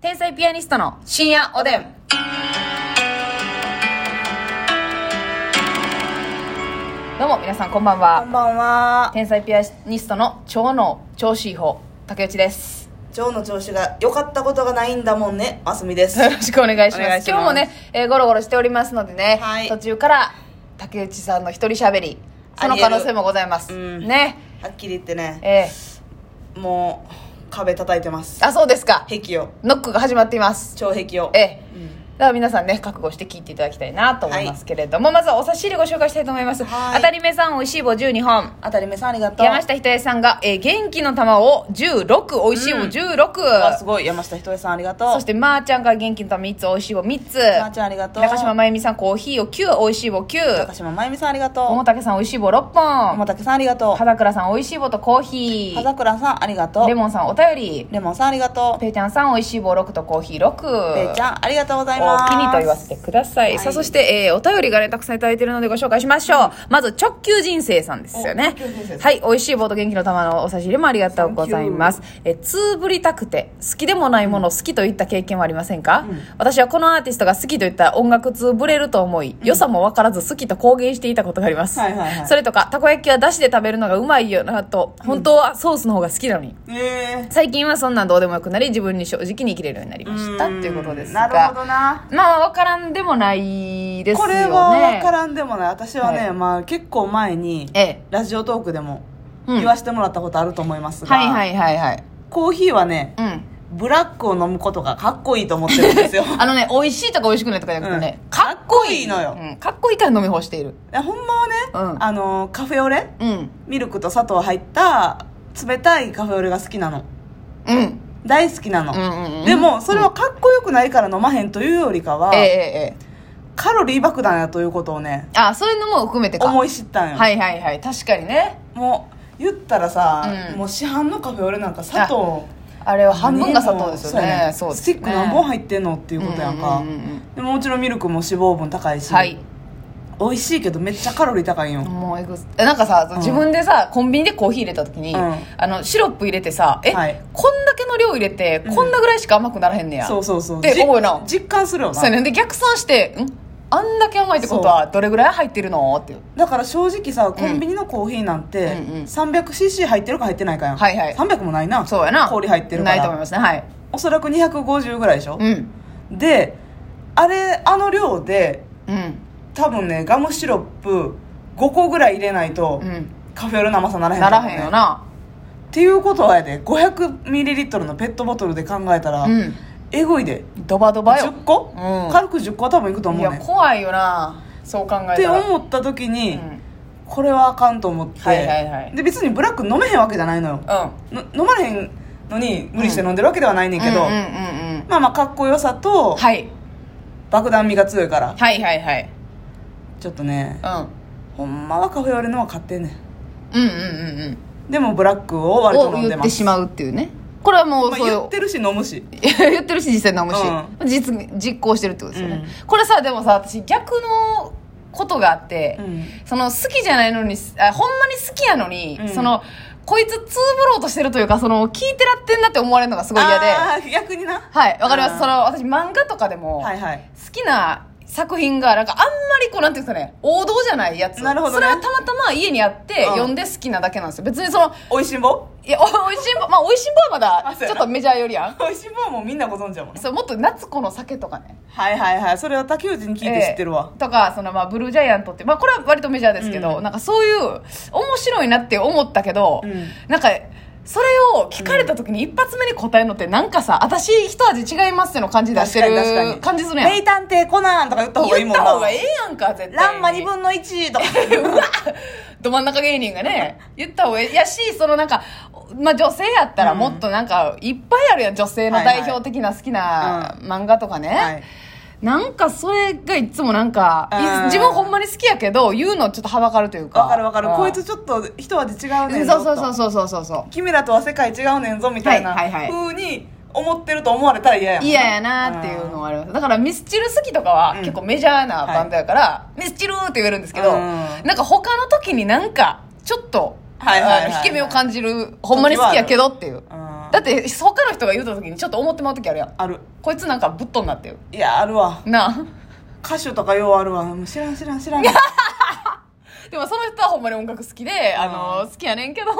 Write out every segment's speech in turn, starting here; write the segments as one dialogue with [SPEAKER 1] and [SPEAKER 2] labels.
[SPEAKER 1] 天才ピアニストの深夜おでん。どうも皆さんこんばん
[SPEAKER 2] こ
[SPEAKER 1] は
[SPEAKER 2] ん。ばんは。
[SPEAKER 1] 天才ピアニストの超の調子いい方、竹内です。
[SPEAKER 2] 今日の調子が良かったことがないんだもんね。ますみ です。
[SPEAKER 1] よろしくお願いし
[SPEAKER 2] お
[SPEAKER 1] ま
[SPEAKER 2] 願い
[SPEAKER 1] す。
[SPEAKER 2] しま
[SPEAKER 1] 今
[SPEAKER 2] す
[SPEAKER 1] 日もね、えーゴロゴロしておりますのでね、
[SPEAKER 2] はい
[SPEAKER 1] 途中から竹内さんの一人喋り、その可能性もございます。
[SPEAKER 2] ありえるうん
[SPEAKER 1] ね。
[SPEAKER 2] はっきり言ってね、
[SPEAKER 1] え
[SPEAKER 2] もう壁叩いてます
[SPEAKER 1] ー。あ、そうですか。
[SPEAKER 2] 壁を、
[SPEAKER 1] ノックが始まっています。
[SPEAKER 2] 超壁を。
[SPEAKER 1] ええ
[SPEAKER 2] うん
[SPEAKER 1] だから皆さんね覚悟して聞いていただきたいなと思いますけれども、まずはお差し入れご紹介したいと思います
[SPEAKER 2] はい
[SPEAKER 1] 当たり目さんおいしい棒12本
[SPEAKER 2] 当たり目さんありがとう。
[SPEAKER 1] 山下ひとえさんが、えー元気の玉を16おいしい棒16、
[SPEAKER 2] あすごい山下ひとえさんありがとう。
[SPEAKER 1] そしてまーちゃんが元気の玉3つおいしい棒3つ
[SPEAKER 2] まーちゃんありがとう。
[SPEAKER 1] 中島まゆみさんコーヒーを9おいしい棒
[SPEAKER 2] 中
[SPEAKER 1] 9
[SPEAKER 2] 島まゆみさんありがとう。
[SPEAKER 1] 桃竹さんおいしい棒6
[SPEAKER 2] 桃
[SPEAKER 1] 本
[SPEAKER 2] 竹さんありがと
[SPEAKER 1] 肌倉さんおいしい棒とコー
[SPEAKER 2] う。
[SPEAKER 1] ヒ
[SPEAKER 2] 葉桜さんありがと
[SPEAKER 1] ーレ
[SPEAKER 2] う。
[SPEAKER 1] モンさんお便り
[SPEAKER 2] レモンさんありがとう。
[SPEAKER 1] ペイちゃんさんおいしい棒6とコーヒー6
[SPEAKER 2] ペイちゃんありがとうござ
[SPEAKER 1] お
[SPEAKER 2] います。
[SPEAKER 1] 気にと言わせてください、
[SPEAKER 2] はい
[SPEAKER 1] さあそして、えーお便りがねたくさんいただいてるのでご紹介しましょう、まず直球人生さんですよね
[SPEAKER 2] お直球人生さん
[SPEAKER 1] はい美味しい棒と元気の玉のお差し入れもありがとうございますえーつぶりたくて好きでもないものを好きといった経験はありませんか、私はこのアーティストが好きといった音楽つぶれると思い、良さも分からず好きと公言していたことがあります、
[SPEAKER 2] はいはいはい
[SPEAKER 1] それとかたこ焼きはだしで食べるのがうまいよなと本当はソースの方が好きなのに、
[SPEAKER 2] え
[SPEAKER 1] 最近はそんなんどうでもよくなり自分に正直に生きれるようになり
[SPEAKER 2] え
[SPEAKER 1] ましたっていうことですが
[SPEAKER 2] なるほどな。
[SPEAKER 1] まあ分からんでもないですよ
[SPEAKER 2] こ
[SPEAKER 1] ね
[SPEAKER 2] れは分からんでもない私はね、
[SPEAKER 1] はい
[SPEAKER 2] まあ、結構前に
[SPEAKER 1] ええ
[SPEAKER 2] ラジオトークでも
[SPEAKER 1] うん
[SPEAKER 2] 言わせてもらったことあると思いますが、
[SPEAKER 1] はいはいはいはい
[SPEAKER 2] コーヒーはね
[SPEAKER 1] うん
[SPEAKER 2] ブラックを飲むことがかっこいいと思ってるんで すよ
[SPEAKER 1] あのね美味しいとか美味しくないとかじゃなくてね、
[SPEAKER 2] うん
[SPEAKER 1] かっこいい
[SPEAKER 2] かっこいいの
[SPEAKER 1] うん、かっこいいから飲み干している
[SPEAKER 2] えほんまはね、
[SPEAKER 1] うん
[SPEAKER 2] あのカフェオレ
[SPEAKER 1] うん
[SPEAKER 2] ミルクと砂糖入った冷たいカフェオレが好きなの
[SPEAKER 1] うん
[SPEAKER 2] 大好きなの、
[SPEAKER 1] うんうんうん
[SPEAKER 2] でもそれはかっこよくないから飲まへんというよりかは、
[SPEAKER 1] えええええ
[SPEAKER 2] カロリー爆弾やということをね
[SPEAKER 1] えあそういうのも含めてか
[SPEAKER 2] 思い知ったんよ、
[SPEAKER 1] はいはいはい確かにね
[SPEAKER 2] もう言ったらさ、
[SPEAKER 1] うん
[SPEAKER 2] もう市販のカフェオレなんか砂糖
[SPEAKER 1] あれは半分が砂糖ですよね
[SPEAKER 2] も
[SPEAKER 1] そう
[SPEAKER 2] うそうやね
[SPEAKER 1] です
[SPEAKER 2] スティック何本入ってんのっていうことやんか、
[SPEAKER 1] うんうんうんうん
[SPEAKER 2] でももちろんミルクも脂肪分高いし、
[SPEAKER 1] はい
[SPEAKER 2] 美味しいけどめっちゃカロリー高いんよ、
[SPEAKER 1] もうえぐすえなんかさ、
[SPEAKER 2] ん
[SPEAKER 1] 自分でさコンビニでコーヒー入れた時に、
[SPEAKER 2] うん
[SPEAKER 1] あのシロップ入れてさえ、
[SPEAKER 2] はい
[SPEAKER 1] こんだけの量入れてこんなぐらいしか甘くならへんねや、
[SPEAKER 2] そうそうそう
[SPEAKER 1] で
[SPEAKER 2] じ
[SPEAKER 1] 思うな
[SPEAKER 2] 実感するよな
[SPEAKER 1] そうやねんで逆算してんあんだけ甘いってことはどれぐらい入ってるのっていう
[SPEAKER 2] だから正直さコンビニのコーヒーなんて、
[SPEAKER 1] うんうん
[SPEAKER 2] 300cc 入ってるか入ってないかやん、
[SPEAKER 1] はいはい
[SPEAKER 2] 300もないな
[SPEAKER 1] そうやな
[SPEAKER 2] 氷入ってるか
[SPEAKER 1] ないと思い
[SPEAKER 2] ら
[SPEAKER 1] ますねはい
[SPEAKER 2] おそらく250ぐらいでしょ
[SPEAKER 1] う、ん
[SPEAKER 2] であれあの量で
[SPEAKER 1] うん
[SPEAKER 2] 多分ねガムシロップ5個ぐらい入れないと、
[SPEAKER 1] うん
[SPEAKER 2] カフェオレの甘さならへん
[SPEAKER 1] な
[SPEAKER 2] と
[SPEAKER 1] ら
[SPEAKER 2] 思うね
[SPEAKER 1] へんよな
[SPEAKER 2] っていうことはやで 500ml のペットボトルで考えたら、
[SPEAKER 1] うん
[SPEAKER 2] えぐいで
[SPEAKER 1] ドバドバよ
[SPEAKER 2] 10個、
[SPEAKER 1] うん
[SPEAKER 2] 軽く10個は多分いくと
[SPEAKER 1] い
[SPEAKER 2] 思うね
[SPEAKER 1] や
[SPEAKER 2] んっ
[SPEAKER 1] 怖いよなそう考えたら
[SPEAKER 2] て思った時に、
[SPEAKER 1] うん
[SPEAKER 2] これはあかんと思って、
[SPEAKER 1] はいはいはい
[SPEAKER 2] で別にブラック飲めへんわけじゃないのよ
[SPEAKER 1] う
[SPEAKER 2] の飲まれへんのに無理して飲んでるわけではないね
[SPEAKER 1] ん
[SPEAKER 2] んけ
[SPEAKER 1] うん
[SPEAKER 2] ど、
[SPEAKER 1] うんうんうん
[SPEAKER 2] まあまあかっこよさと、
[SPEAKER 1] はい
[SPEAKER 2] 爆弾味が強いから
[SPEAKER 1] はいはいはい
[SPEAKER 2] ちょっとね
[SPEAKER 1] うん
[SPEAKER 2] ほんまはカフェオレの方が買ってんね
[SPEAKER 1] うんうんうんうん
[SPEAKER 2] んでもブラックを割と飲ん
[SPEAKER 1] を
[SPEAKER 2] で
[SPEAKER 1] 言っ
[SPEAKER 2] ま
[SPEAKER 1] て
[SPEAKER 2] す
[SPEAKER 1] しまうっていうねこれはもう
[SPEAKER 2] まあ
[SPEAKER 1] そう
[SPEAKER 2] 言ってるし飲むし
[SPEAKER 1] いや 言ってるし実際飲むし、
[SPEAKER 2] う
[SPEAKER 1] 実実行してるってことですよね、
[SPEAKER 2] う
[SPEAKER 1] これさでもさ私逆のことがあって、
[SPEAKER 2] うん
[SPEAKER 1] その好きじゃないのにあほんまに好きやのに、
[SPEAKER 2] うん
[SPEAKER 1] そのこいつつぶろうとしてるというかその聞いてらってんなって思われるのがすごい嫌で
[SPEAKER 2] あー逆にな
[SPEAKER 1] はいわかります
[SPEAKER 2] あー
[SPEAKER 1] その私漫画とかでも、
[SPEAKER 2] はいはい
[SPEAKER 1] 好きな作品がなんかあんまりこうなんていうんですかね王道じゃないやつ
[SPEAKER 2] なるほどね
[SPEAKER 1] それはたまたま家にあって、
[SPEAKER 2] うん
[SPEAKER 1] 読んで好きなだけなんですよ別にその
[SPEAKER 2] おいしんぼ
[SPEAKER 1] いやおいしんぼまあおいしんぼはまだ
[SPEAKER 2] あそう
[SPEAKER 1] ち
[SPEAKER 2] や
[SPEAKER 1] ょ
[SPEAKER 2] な
[SPEAKER 1] っとメジャーよりやん
[SPEAKER 2] おいしんぼはもうみんなご存知やもんね
[SPEAKER 1] そうもっと夏子の酒とかね
[SPEAKER 2] はいはいはいそれは竹内に聞いて知ってるわ、
[SPEAKER 1] えーとかその、まあ、ブルージャイアントって、まあ、これは割とメジャーですけど、
[SPEAKER 2] うん
[SPEAKER 1] なんかそういう面白いなって思ったけど、
[SPEAKER 2] うん
[SPEAKER 1] なんかそれを聞かれた時に一発目に答えるのってなんかさ私一味違いますっての感じ出してる感じするやん
[SPEAKER 2] 名探偵コナンとか言った方がいい
[SPEAKER 1] 言
[SPEAKER 2] も
[SPEAKER 1] っ
[SPEAKER 2] んな
[SPEAKER 1] た方がええやんか絶対に
[SPEAKER 2] ランマ2分の1とか
[SPEAKER 1] ど真ん中芸人がね言った方がええやしそのなんか、まあ、女性やったらもっとなんかいっぱいあるやん女性の代表的な好きな漫画とかね、
[SPEAKER 2] はい
[SPEAKER 1] なんかそれがいつもなんか、い
[SPEAKER 2] うん
[SPEAKER 1] 自分ほんまに好きやけど言うのちょっとはばかるというか
[SPEAKER 2] わかるわかる
[SPEAKER 1] うん
[SPEAKER 2] こいつちょっと一味違うねんぞ
[SPEAKER 1] そうそうそう
[SPEAKER 2] と
[SPEAKER 1] そうそうそうそ
[SPEAKER 2] 君らとは世界違うねんぞみたいな
[SPEAKER 1] はいはいはい
[SPEAKER 2] 風に思ってると思われたら嫌や
[SPEAKER 1] う
[SPEAKER 2] もん
[SPEAKER 1] 嫌やなっていうのはあるだからミスチル好きとかは
[SPEAKER 2] うん
[SPEAKER 1] 結構メジャーなバンドやから、ミスチルって言えるんですけど、
[SPEAKER 2] うん
[SPEAKER 1] なんか他の時になんかちょっと、
[SPEAKER 2] はいはいはい
[SPEAKER 1] あの引け目を感じるほんまに好きやけどっていう
[SPEAKER 2] うん
[SPEAKER 1] だだって他の人が言うた時にちょっと思ってまう時あるやん
[SPEAKER 2] ある
[SPEAKER 1] こいつなんかぶっ飛んなってる
[SPEAKER 2] いやあるわ
[SPEAKER 1] なあ
[SPEAKER 2] 歌手とかようあるわもう知らん知らん知らん
[SPEAKER 1] でもその人はほんまに音楽好きで、あ
[SPEAKER 2] う
[SPEAKER 1] の好きやねんけど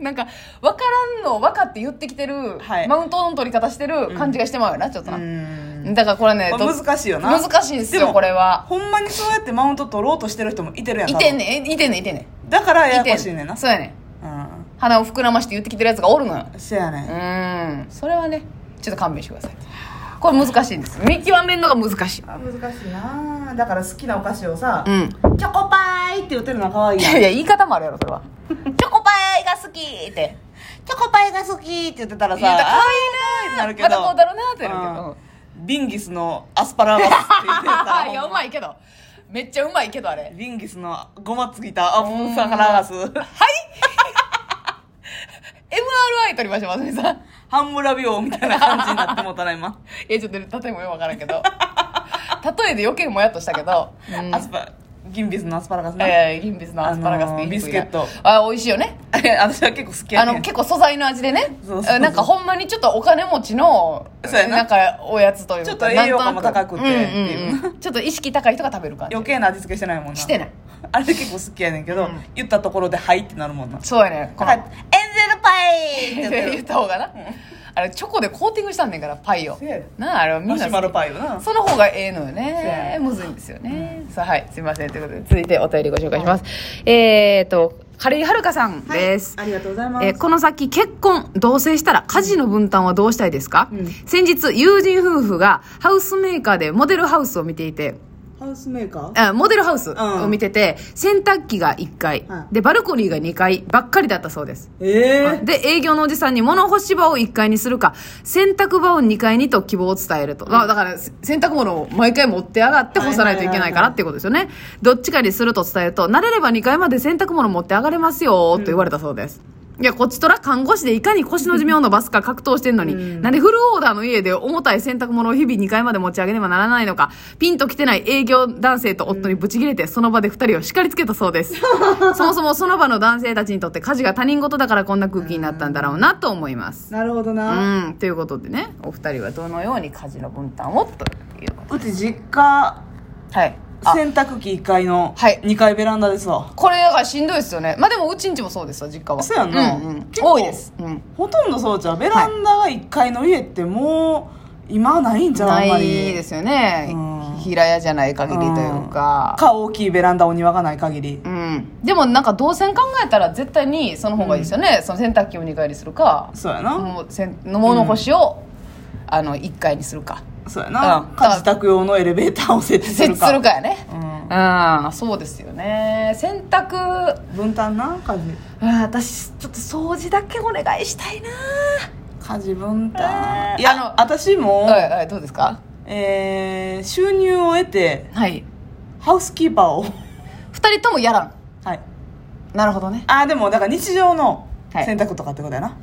[SPEAKER 1] なんか分からんの分かって言ってきてる、
[SPEAKER 2] はい
[SPEAKER 1] マウントの取り方してる感じがしてまうよなちょっと
[SPEAKER 2] う
[SPEAKER 1] な、
[SPEAKER 2] ん
[SPEAKER 1] だからこれね
[SPEAKER 2] これ
[SPEAKER 1] ど
[SPEAKER 2] 難しいよな
[SPEAKER 1] 難しいんです
[SPEAKER 2] で
[SPEAKER 1] よ
[SPEAKER 2] も
[SPEAKER 1] これは
[SPEAKER 2] ほんまにそうやってマウント取ろうとしてる人もいてるやん
[SPEAKER 1] い
[SPEAKER 2] 多分
[SPEAKER 1] てんねんいてんねんいてんねん
[SPEAKER 2] だからや
[SPEAKER 1] いて
[SPEAKER 2] や
[SPEAKER 1] ん
[SPEAKER 2] こしいねんな
[SPEAKER 1] そうやねん
[SPEAKER 2] う
[SPEAKER 1] 鼻を膨らまして言ってきてるやつがおるのよ
[SPEAKER 2] んせやねん
[SPEAKER 1] うーんそれはねちょっと勘弁してくださいこれ難しいんです見極めるのが難しい
[SPEAKER 2] あ難しいなだから好きなお菓子をさ
[SPEAKER 1] うん
[SPEAKER 2] チョコパイって言ってるのは可愛い
[SPEAKER 1] い
[SPEAKER 2] や
[SPEAKER 1] や
[SPEAKER 2] ん
[SPEAKER 1] いや言い方もあるやろそれ はチョコパイが好きって
[SPEAKER 2] チョコパイが好きって言ってたらさ
[SPEAKER 1] 言うたら可
[SPEAKER 2] 愛いなーってなるけ
[SPEAKER 1] ま
[SPEAKER 2] ど
[SPEAKER 1] たこうだろうなってなるけど、
[SPEAKER 2] うんビンギスのアスパラガスって言ってた
[SPEAKER 1] いやうまいけどめっちゃうまいけどあれ
[SPEAKER 2] ビンギスのごまついたアスパラガス
[SPEAKER 1] MRI 取りましょうますみさんい
[SPEAKER 2] ハンムラ病みたいな感じになってもうたな今、
[SPEAKER 1] やちょっと例えもよくわからんけど 例えで余計もやっとしたけど、うん
[SPEAKER 2] アスパギンビスのアスパラガスな、
[SPEAKER 1] えー、リンビスのアスパラガスって言いにくいな
[SPEAKER 2] あのービスケット
[SPEAKER 1] あ美味しいよね
[SPEAKER 2] 私は結構好きや
[SPEAKER 1] あ
[SPEAKER 2] ねん
[SPEAKER 1] の結構素材の味でね
[SPEAKER 2] そうそうそう
[SPEAKER 1] なんかほんまにちょっとお金持ちの
[SPEAKER 2] そうやな
[SPEAKER 1] なんかおやつというか
[SPEAKER 2] ちょっと栄養価も
[SPEAKER 1] なんとな
[SPEAKER 2] 高くてっていう
[SPEAKER 1] うんうんうんちょっと意識高い人が食べる感じ
[SPEAKER 2] 余計な味付けしてないもんな
[SPEAKER 1] してない
[SPEAKER 2] あれ結構好きやねんけど、
[SPEAKER 1] うん
[SPEAKER 2] 言ったところで「はい」ってなるもんな
[SPEAKER 1] そうやねこの
[SPEAKER 2] はいエンゼルパイって言って
[SPEAKER 1] 言っ
[SPEAKER 2] る
[SPEAKER 1] た方がな、あれチョコでコーティングしたんねんからパイを
[SPEAKER 2] そうやね
[SPEAKER 1] なああれはみんな
[SPEAKER 2] マ
[SPEAKER 1] 好き
[SPEAKER 2] シュマロパイよな
[SPEAKER 1] その方がええのよ
[SPEAKER 2] そうや
[SPEAKER 1] ねむずいんですよね、さあはいすいませんということで続いてお便りご紹介します、えーとカレリはるかさんです、
[SPEAKER 2] はいありがとうございます、
[SPEAKER 1] えーこの先結婚同棲したら家事の分担はどうしたいですか、
[SPEAKER 2] うん
[SPEAKER 1] 先日友人夫婦がハウスメーカーでモデルハウスを見ていて
[SPEAKER 2] ハウスメーカー
[SPEAKER 1] あモデルハウス
[SPEAKER 2] ん
[SPEAKER 1] を見てて、洗濯機が1階、
[SPEAKER 2] はい
[SPEAKER 1] でバルコニーが2階ばっかりだったそうです
[SPEAKER 2] ええ
[SPEAKER 1] で、営業のおじさんに物干し場を1階にするか、洗濯場を2階にと希望を伝えると。まあだから、せ洗濯物を毎回持って上がって干さないといけないからっていうことですよね。どっちかにすると伝えると、慣れれば2階まで洗濯物持って上がれますよ、と言われたそうです。いや、こっちとら看護師でいかに腰の寿命を伸ばすか格闘してんのに、なんでフルオーダーの家で重たい洗濯物を日々2階まで持ち上げねばならないのか、ピンと来てない営業男性と夫にブチ切れて、その場で2人を叱りつけたそう です。そもそもその場の男性たちにとって家事が他人事だからこんな空気になったんだろうなと思います。
[SPEAKER 2] なるほど
[SPEAKER 1] う
[SPEAKER 2] な、
[SPEAKER 1] ん、ということでね、お二人はどのように家事の分担をというこ
[SPEAKER 2] うち実家
[SPEAKER 1] と。はい。あ
[SPEAKER 2] 洗濯機1階の
[SPEAKER 1] はい
[SPEAKER 2] 2階ベランダですわ、
[SPEAKER 1] これがしんどいですよね。まあでもうちんちもそうですよ、実家は。
[SPEAKER 2] そうやんな
[SPEAKER 1] うんうん
[SPEAKER 2] 結構
[SPEAKER 1] 多いです。うん。
[SPEAKER 2] ほとんどそうじゃんベランダが1階の家ってもう今ないんじゃうあ
[SPEAKER 1] なん
[SPEAKER 2] ま
[SPEAKER 1] い
[SPEAKER 2] り
[SPEAKER 1] ですよね
[SPEAKER 2] うん。
[SPEAKER 1] 平屋じゃない限りというか。
[SPEAKER 2] か大きいベランダお庭がない限り
[SPEAKER 1] うん。でもなんか動線考えたら絶対にその方がいいですよね。その洗濯機を2階にするか、
[SPEAKER 2] そうやな、
[SPEAKER 1] もうせん物干しを、あの1階にするか。
[SPEAKER 2] そうやな、
[SPEAKER 1] うん
[SPEAKER 2] 家事宅用のエレベーターを設置す
[SPEAKER 1] 設
[SPEAKER 2] る
[SPEAKER 1] 置
[SPEAKER 2] か
[SPEAKER 1] するかやね。
[SPEAKER 2] うん
[SPEAKER 1] ああそうですよね洗濯あ
[SPEAKER 2] 分担な家事
[SPEAKER 1] ー私ちょっと掃除だけお願いしたいな
[SPEAKER 2] 家事分
[SPEAKER 1] え
[SPEAKER 2] 担
[SPEAKER 1] ー
[SPEAKER 2] い
[SPEAKER 1] あ
[SPEAKER 2] や
[SPEAKER 1] の
[SPEAKER 2] 私も、
[SPEAKER 1] はいはいどうですか
[SPEAKER 2] えー収入を得て
[SPEAKER 1] はい
[SPEAKER 2] ハウスキーパー を
[SPEAKER 1] 二人ともやらん
[SPEAKER 2] はい
[SPEAKER 1] なるほどね
[SPEAKER 2] あーでもだから日常の
[SPEAKER 1] はい
[SPEAKER 2] 洗濯とかってことやな、
[SPEAKER 1] は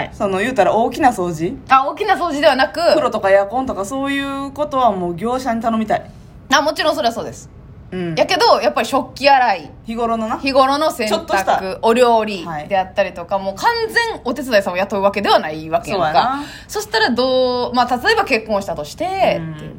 [SPEAKER 1] い
[SPEAKER 2] その言うたら大きな掃除
[SPEAKER 1] あ大きな掃除ではなく
[SPEAKER 2] 風呂とかエアコンとかそういうことはもう業者に頼みたい
[SPEAKER 1] あもちろんそれはそうです
[SPEAKER 2] うん
[SPEAKER 1] やけどやっぱり食器洗い
[SPEAKER 2] 日頃のな
[SPEAKER 1] 日頃の洗
[SPEAKER 2] ちょっとした
[SPEAKER 1] 濯お料理
[SPEAKER 2] はい
[SPEAKER 1] であったりとか、もう完全お手伝いさんを雇うわけではないわけやん
[SPEAKER 2] そうやな
[SPEAKER 1] かそしたらどう、まあ、例えば結婚したとして、
[SPEAKER 2] うん
[SPEAKER 1] っていう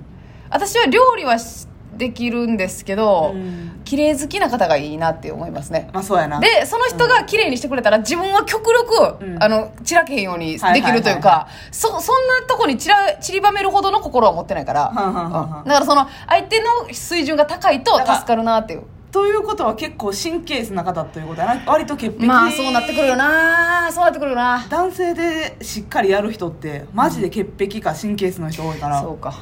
[SPEAKER 1] 私は料理はしできるんですけど、
[SPEAKER 2] うん
[SPEAKER 1] 綺麗好きな方がいいなって思いますね
[SPEAKER 2] まあそうやな
[SPEAKER 1] でその人が綺麗にしてくれたら自分は極力、
[SPEAKER 2] うん
[SPEAKER 1] あの散らけへんように
[SPEAKER 2] はいはい
[SPEAKER 1] できるというか、
[SPEAKER 2] はい
[SPEAKER 1] そそんなとこに散ら散りばめるほどの心は持ってないから、
[SPEAKER 2] はんはんはんはん
[SPEAKER 1] うんだからその相手の水準が高いと
[SPEAKER 2] だから
[SPEAKER 1] 助かるなっていう
[SPEAKER 2] ということは結構神経質な方ということやな割と潔癖
[SPEAKER 1] まあそうなってくるよなそうなってくるよな
[SPEAKER 2] 男性でしっかりやる人ってマジで潔癖か神経質の人多いから、
[SPEAKER 1] そうか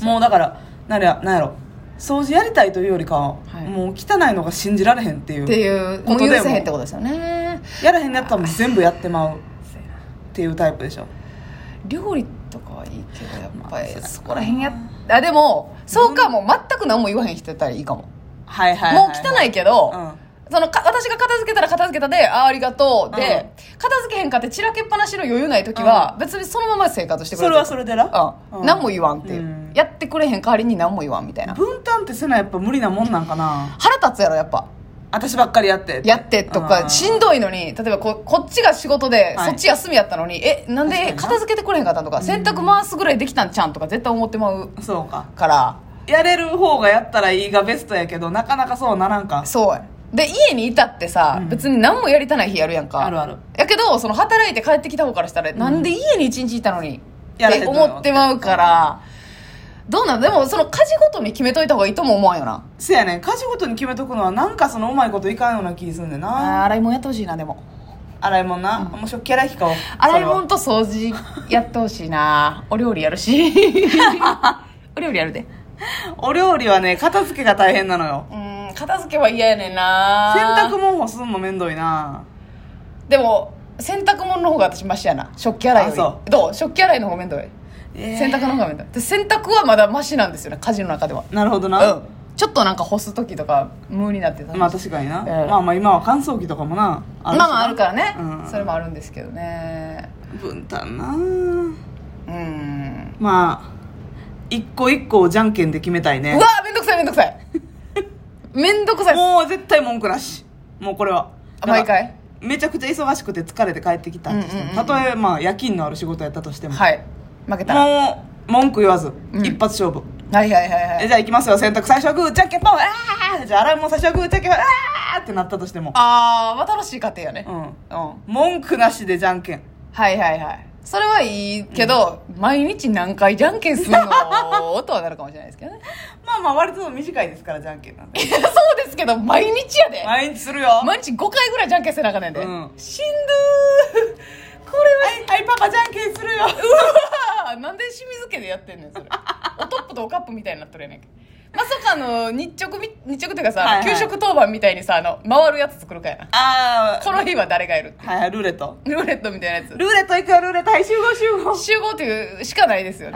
[SPEAKER 2] もうだからなんやなんやろ掃除やりたいというよりかは、
[SPEAKER 1] はい
[SPEAKER 2] もう汚いのが信じられへんっていう
[SPEAKER 1] っていう
[SPEAKER 2] こ
[SPEAKER 1] もう
[SPEAKER 2] とで
[SPEAKER 1] 許
[SPEAKER 2] も
[SPEAKER 1] せへんってことですよね
[SPEAKER 2] やらへんやったらもう全部やってまうっていうタイプでしょ
[SPEAKER 1] 料理とかはいいけどやっぱり
[SPEAKER 2] まあ
[SPEAKER 1] そこら辺やあでもそうかもう全く何も言わへん人やったらいいかも、
[SPEAKER 2] はいはい、
[SPEAKER 1] もう汚いけど、
[SPEAKER 2] うん
[SPEAKER 1] そのか私が片付けたら片付けたであーありがとうで、片付けへんかって散らけっぱなしの余裕ない時は、別にそのまま生活してくれ
[SPEAKER 2] そ
[SPEAKER 1] る
[SPEAKER 2] れはそれでな、
[SPEAKER 1] うん
[SPEAKER 2] うん
[SPEAKER 1] 何も言わんっていう、
[SPEAKER 2] うん
[SPEAKER 1] やってくれへん代わりに何も言わんみたいな
[SPEAKER 2] 分担ってせなやっぱ無理なもんなんかな
[SPEAKER 1] 腹立つやろやっぱ
[SPEAKER 2] 私ばっかりやって
[SPEAKER 1] やってと
[SPEAKER 2] う
[SPEAKER 1] か
[SPEAKER 2] ん
[SPEAKER 1] しんどいのに例えばここっちが仕事で、
[SPEAKER 2] はい
[SPEAKER 1] そっち休みやったのにえなん
[SPEAKER 2] 確
[SPEAKER 1] で
[SPEAKER 2] かにな
[SPEAKER 1] 片付けてくれへんかったんとか洗濯回すぐらいできたんちゃうんとか絶対思ってまう
[SPEAKER 2] そうか
[SPEAKER 1] から
[SPEAKER 2] やれる方がやったらいいがベストやけどなかなかそうならんか
[SPEAKER 1] そうやで家にいたってさ、
[SPEAKER 2] うん
[SPEAKER 1] 別に何もやりたない日やるやんか
[SPEAKER 2] あるある
[SPEAKER 1] やけどその働いて帰ってきた方からしたら、なんで家に一日いたのに
[SPEAKER 2] や
[SPEAKER 1] っ
[SPEAKER 2] らへん
[SPEAKER 1] て
[SPEAKER 2] のよ
[SPEAKER 1] 思ってまうからどうなのでもその家事ごとに決めといた方がいいとも思わんよな
[SPEAKER 2] せやねん家事ごとに決めとくのはなんかそのうまいこといかんような気すんねんな
[SPEAKER 1] あー洗い物やってほしいなでも
[SPEAKER 2] 洗い物な、もう食器洗い引かを
[SPEAKER 1] 洗い物と掃除やってほしいなお料理やる しお料理やるで
[SPEAKER 2] お料理はね片付けが大変なのよ
[SPEAKER 1] うん片付けは嫌やねんな
[SPEAKER 2] 洗濯物干すのもめんどいな
[SPEAKER 1] でも洗濯物の方が私マシやな食器洗いより
[SPEAKER 2] あそ
[SPEAKER 1] どう食器洗いの方が面倒い
[SPEAKER 2] えー
[SPEAKER 1] 洗濯の方が面倒いで洗濯はまだマシなんですよね家事の中では
[SPEAKER 2] なるほどな、
[SPEAKER 1] うんちょっとなんか干す時とか無になってた
[SPEAKER 2] まあ確かにな、
[SPEAKER 1] ええ
[SPEAKER 2] まあまあ今は乾燥機とかもな
[SPEAKER 1] まあまああるからね、
[SPEAKER 2] うん
[SPEAKER 1] それもあるんですけどね
[SPEAKER 2] 分担な
[SPEAKER 1] うん
[SPEAKER 2] まあ一個一個をじゃんけんで決めたいうね
[SPEAKER 1] わーめんどくさいめんどくさいめんどくさい
[SPEAKER 2] もう絶対文句なしもうこれは
[SPEAKER 1] あ毎回
[SPEAKER 2] めちゃくちゃ忙しくて疲れて帰ってきたとしても、
[SPEAKER 1] うんうんうん
[SPEAKER 2] たとえまあ夜勤のある仕事やったとしても、
[SPEAKER 1] はい負けたら
[SPEAKER 2] もう文句言わず、
[SPEAKER 1] うん
[SPEAKER 2] 一発勝負
[SPEAKER 1] はいはいはいは
[SPEAKER 2] え
[SPEAKER 1] い
[SPEAKER 2] じゃあ行きますよ洗濯最初はグーじゃんけんポンあーじゃあ洗い物最初はグーじゃんけんポンあーってなったとしても、
[SPEAKER 1] ああ新しい家庭やね
[SPEAKER 2] う
[SPEAKER 1] うん、
[SPEAKER 2] ん、
[SPEAKER 1] はい
[SPEAKER 2] 文句なしでじゃんけん
[SPEAKER 1] はいはいそれはいいけど、毎日何回じゃんけんするのとはなるかもしれないですけどね
[SPEAKER 2] まあまあ割と短いですからじゃんけんなんて
[SPEAKER 1] いやそうですけど毎日やで
[SPEAKER 2] 毎日するよはい
[SPEAKER 1] 毎日5回ぐらいじゃんけんせなあかんねんで、
[SPEAKER 2] うん
[SPEAKER 1] しんどーこれは
[SPEAKER 2] はいパパじゃんけんするよ
[SPEAKER 1] うわなんで清水家でやってんねん それおトップとおカップみたいになっとるやねんけまさかあの日直み日直っていうかさ、
[SPEAKER 2] はいはい
[SPEAKER 1] 給食当番みたいにさあの回るやつ作るかやな
[SPEAKER 2] ああ
[SPEAKER 1] この日は誰がいる
[SPEAKER 2] はいはいルーレット
[SPEAKER 1] ルーレットみたいなやつ
[SPEAKER 2] ルーレット行くよルーレットはい集合集合
[SPEAKER 1] 集合というしかないですよね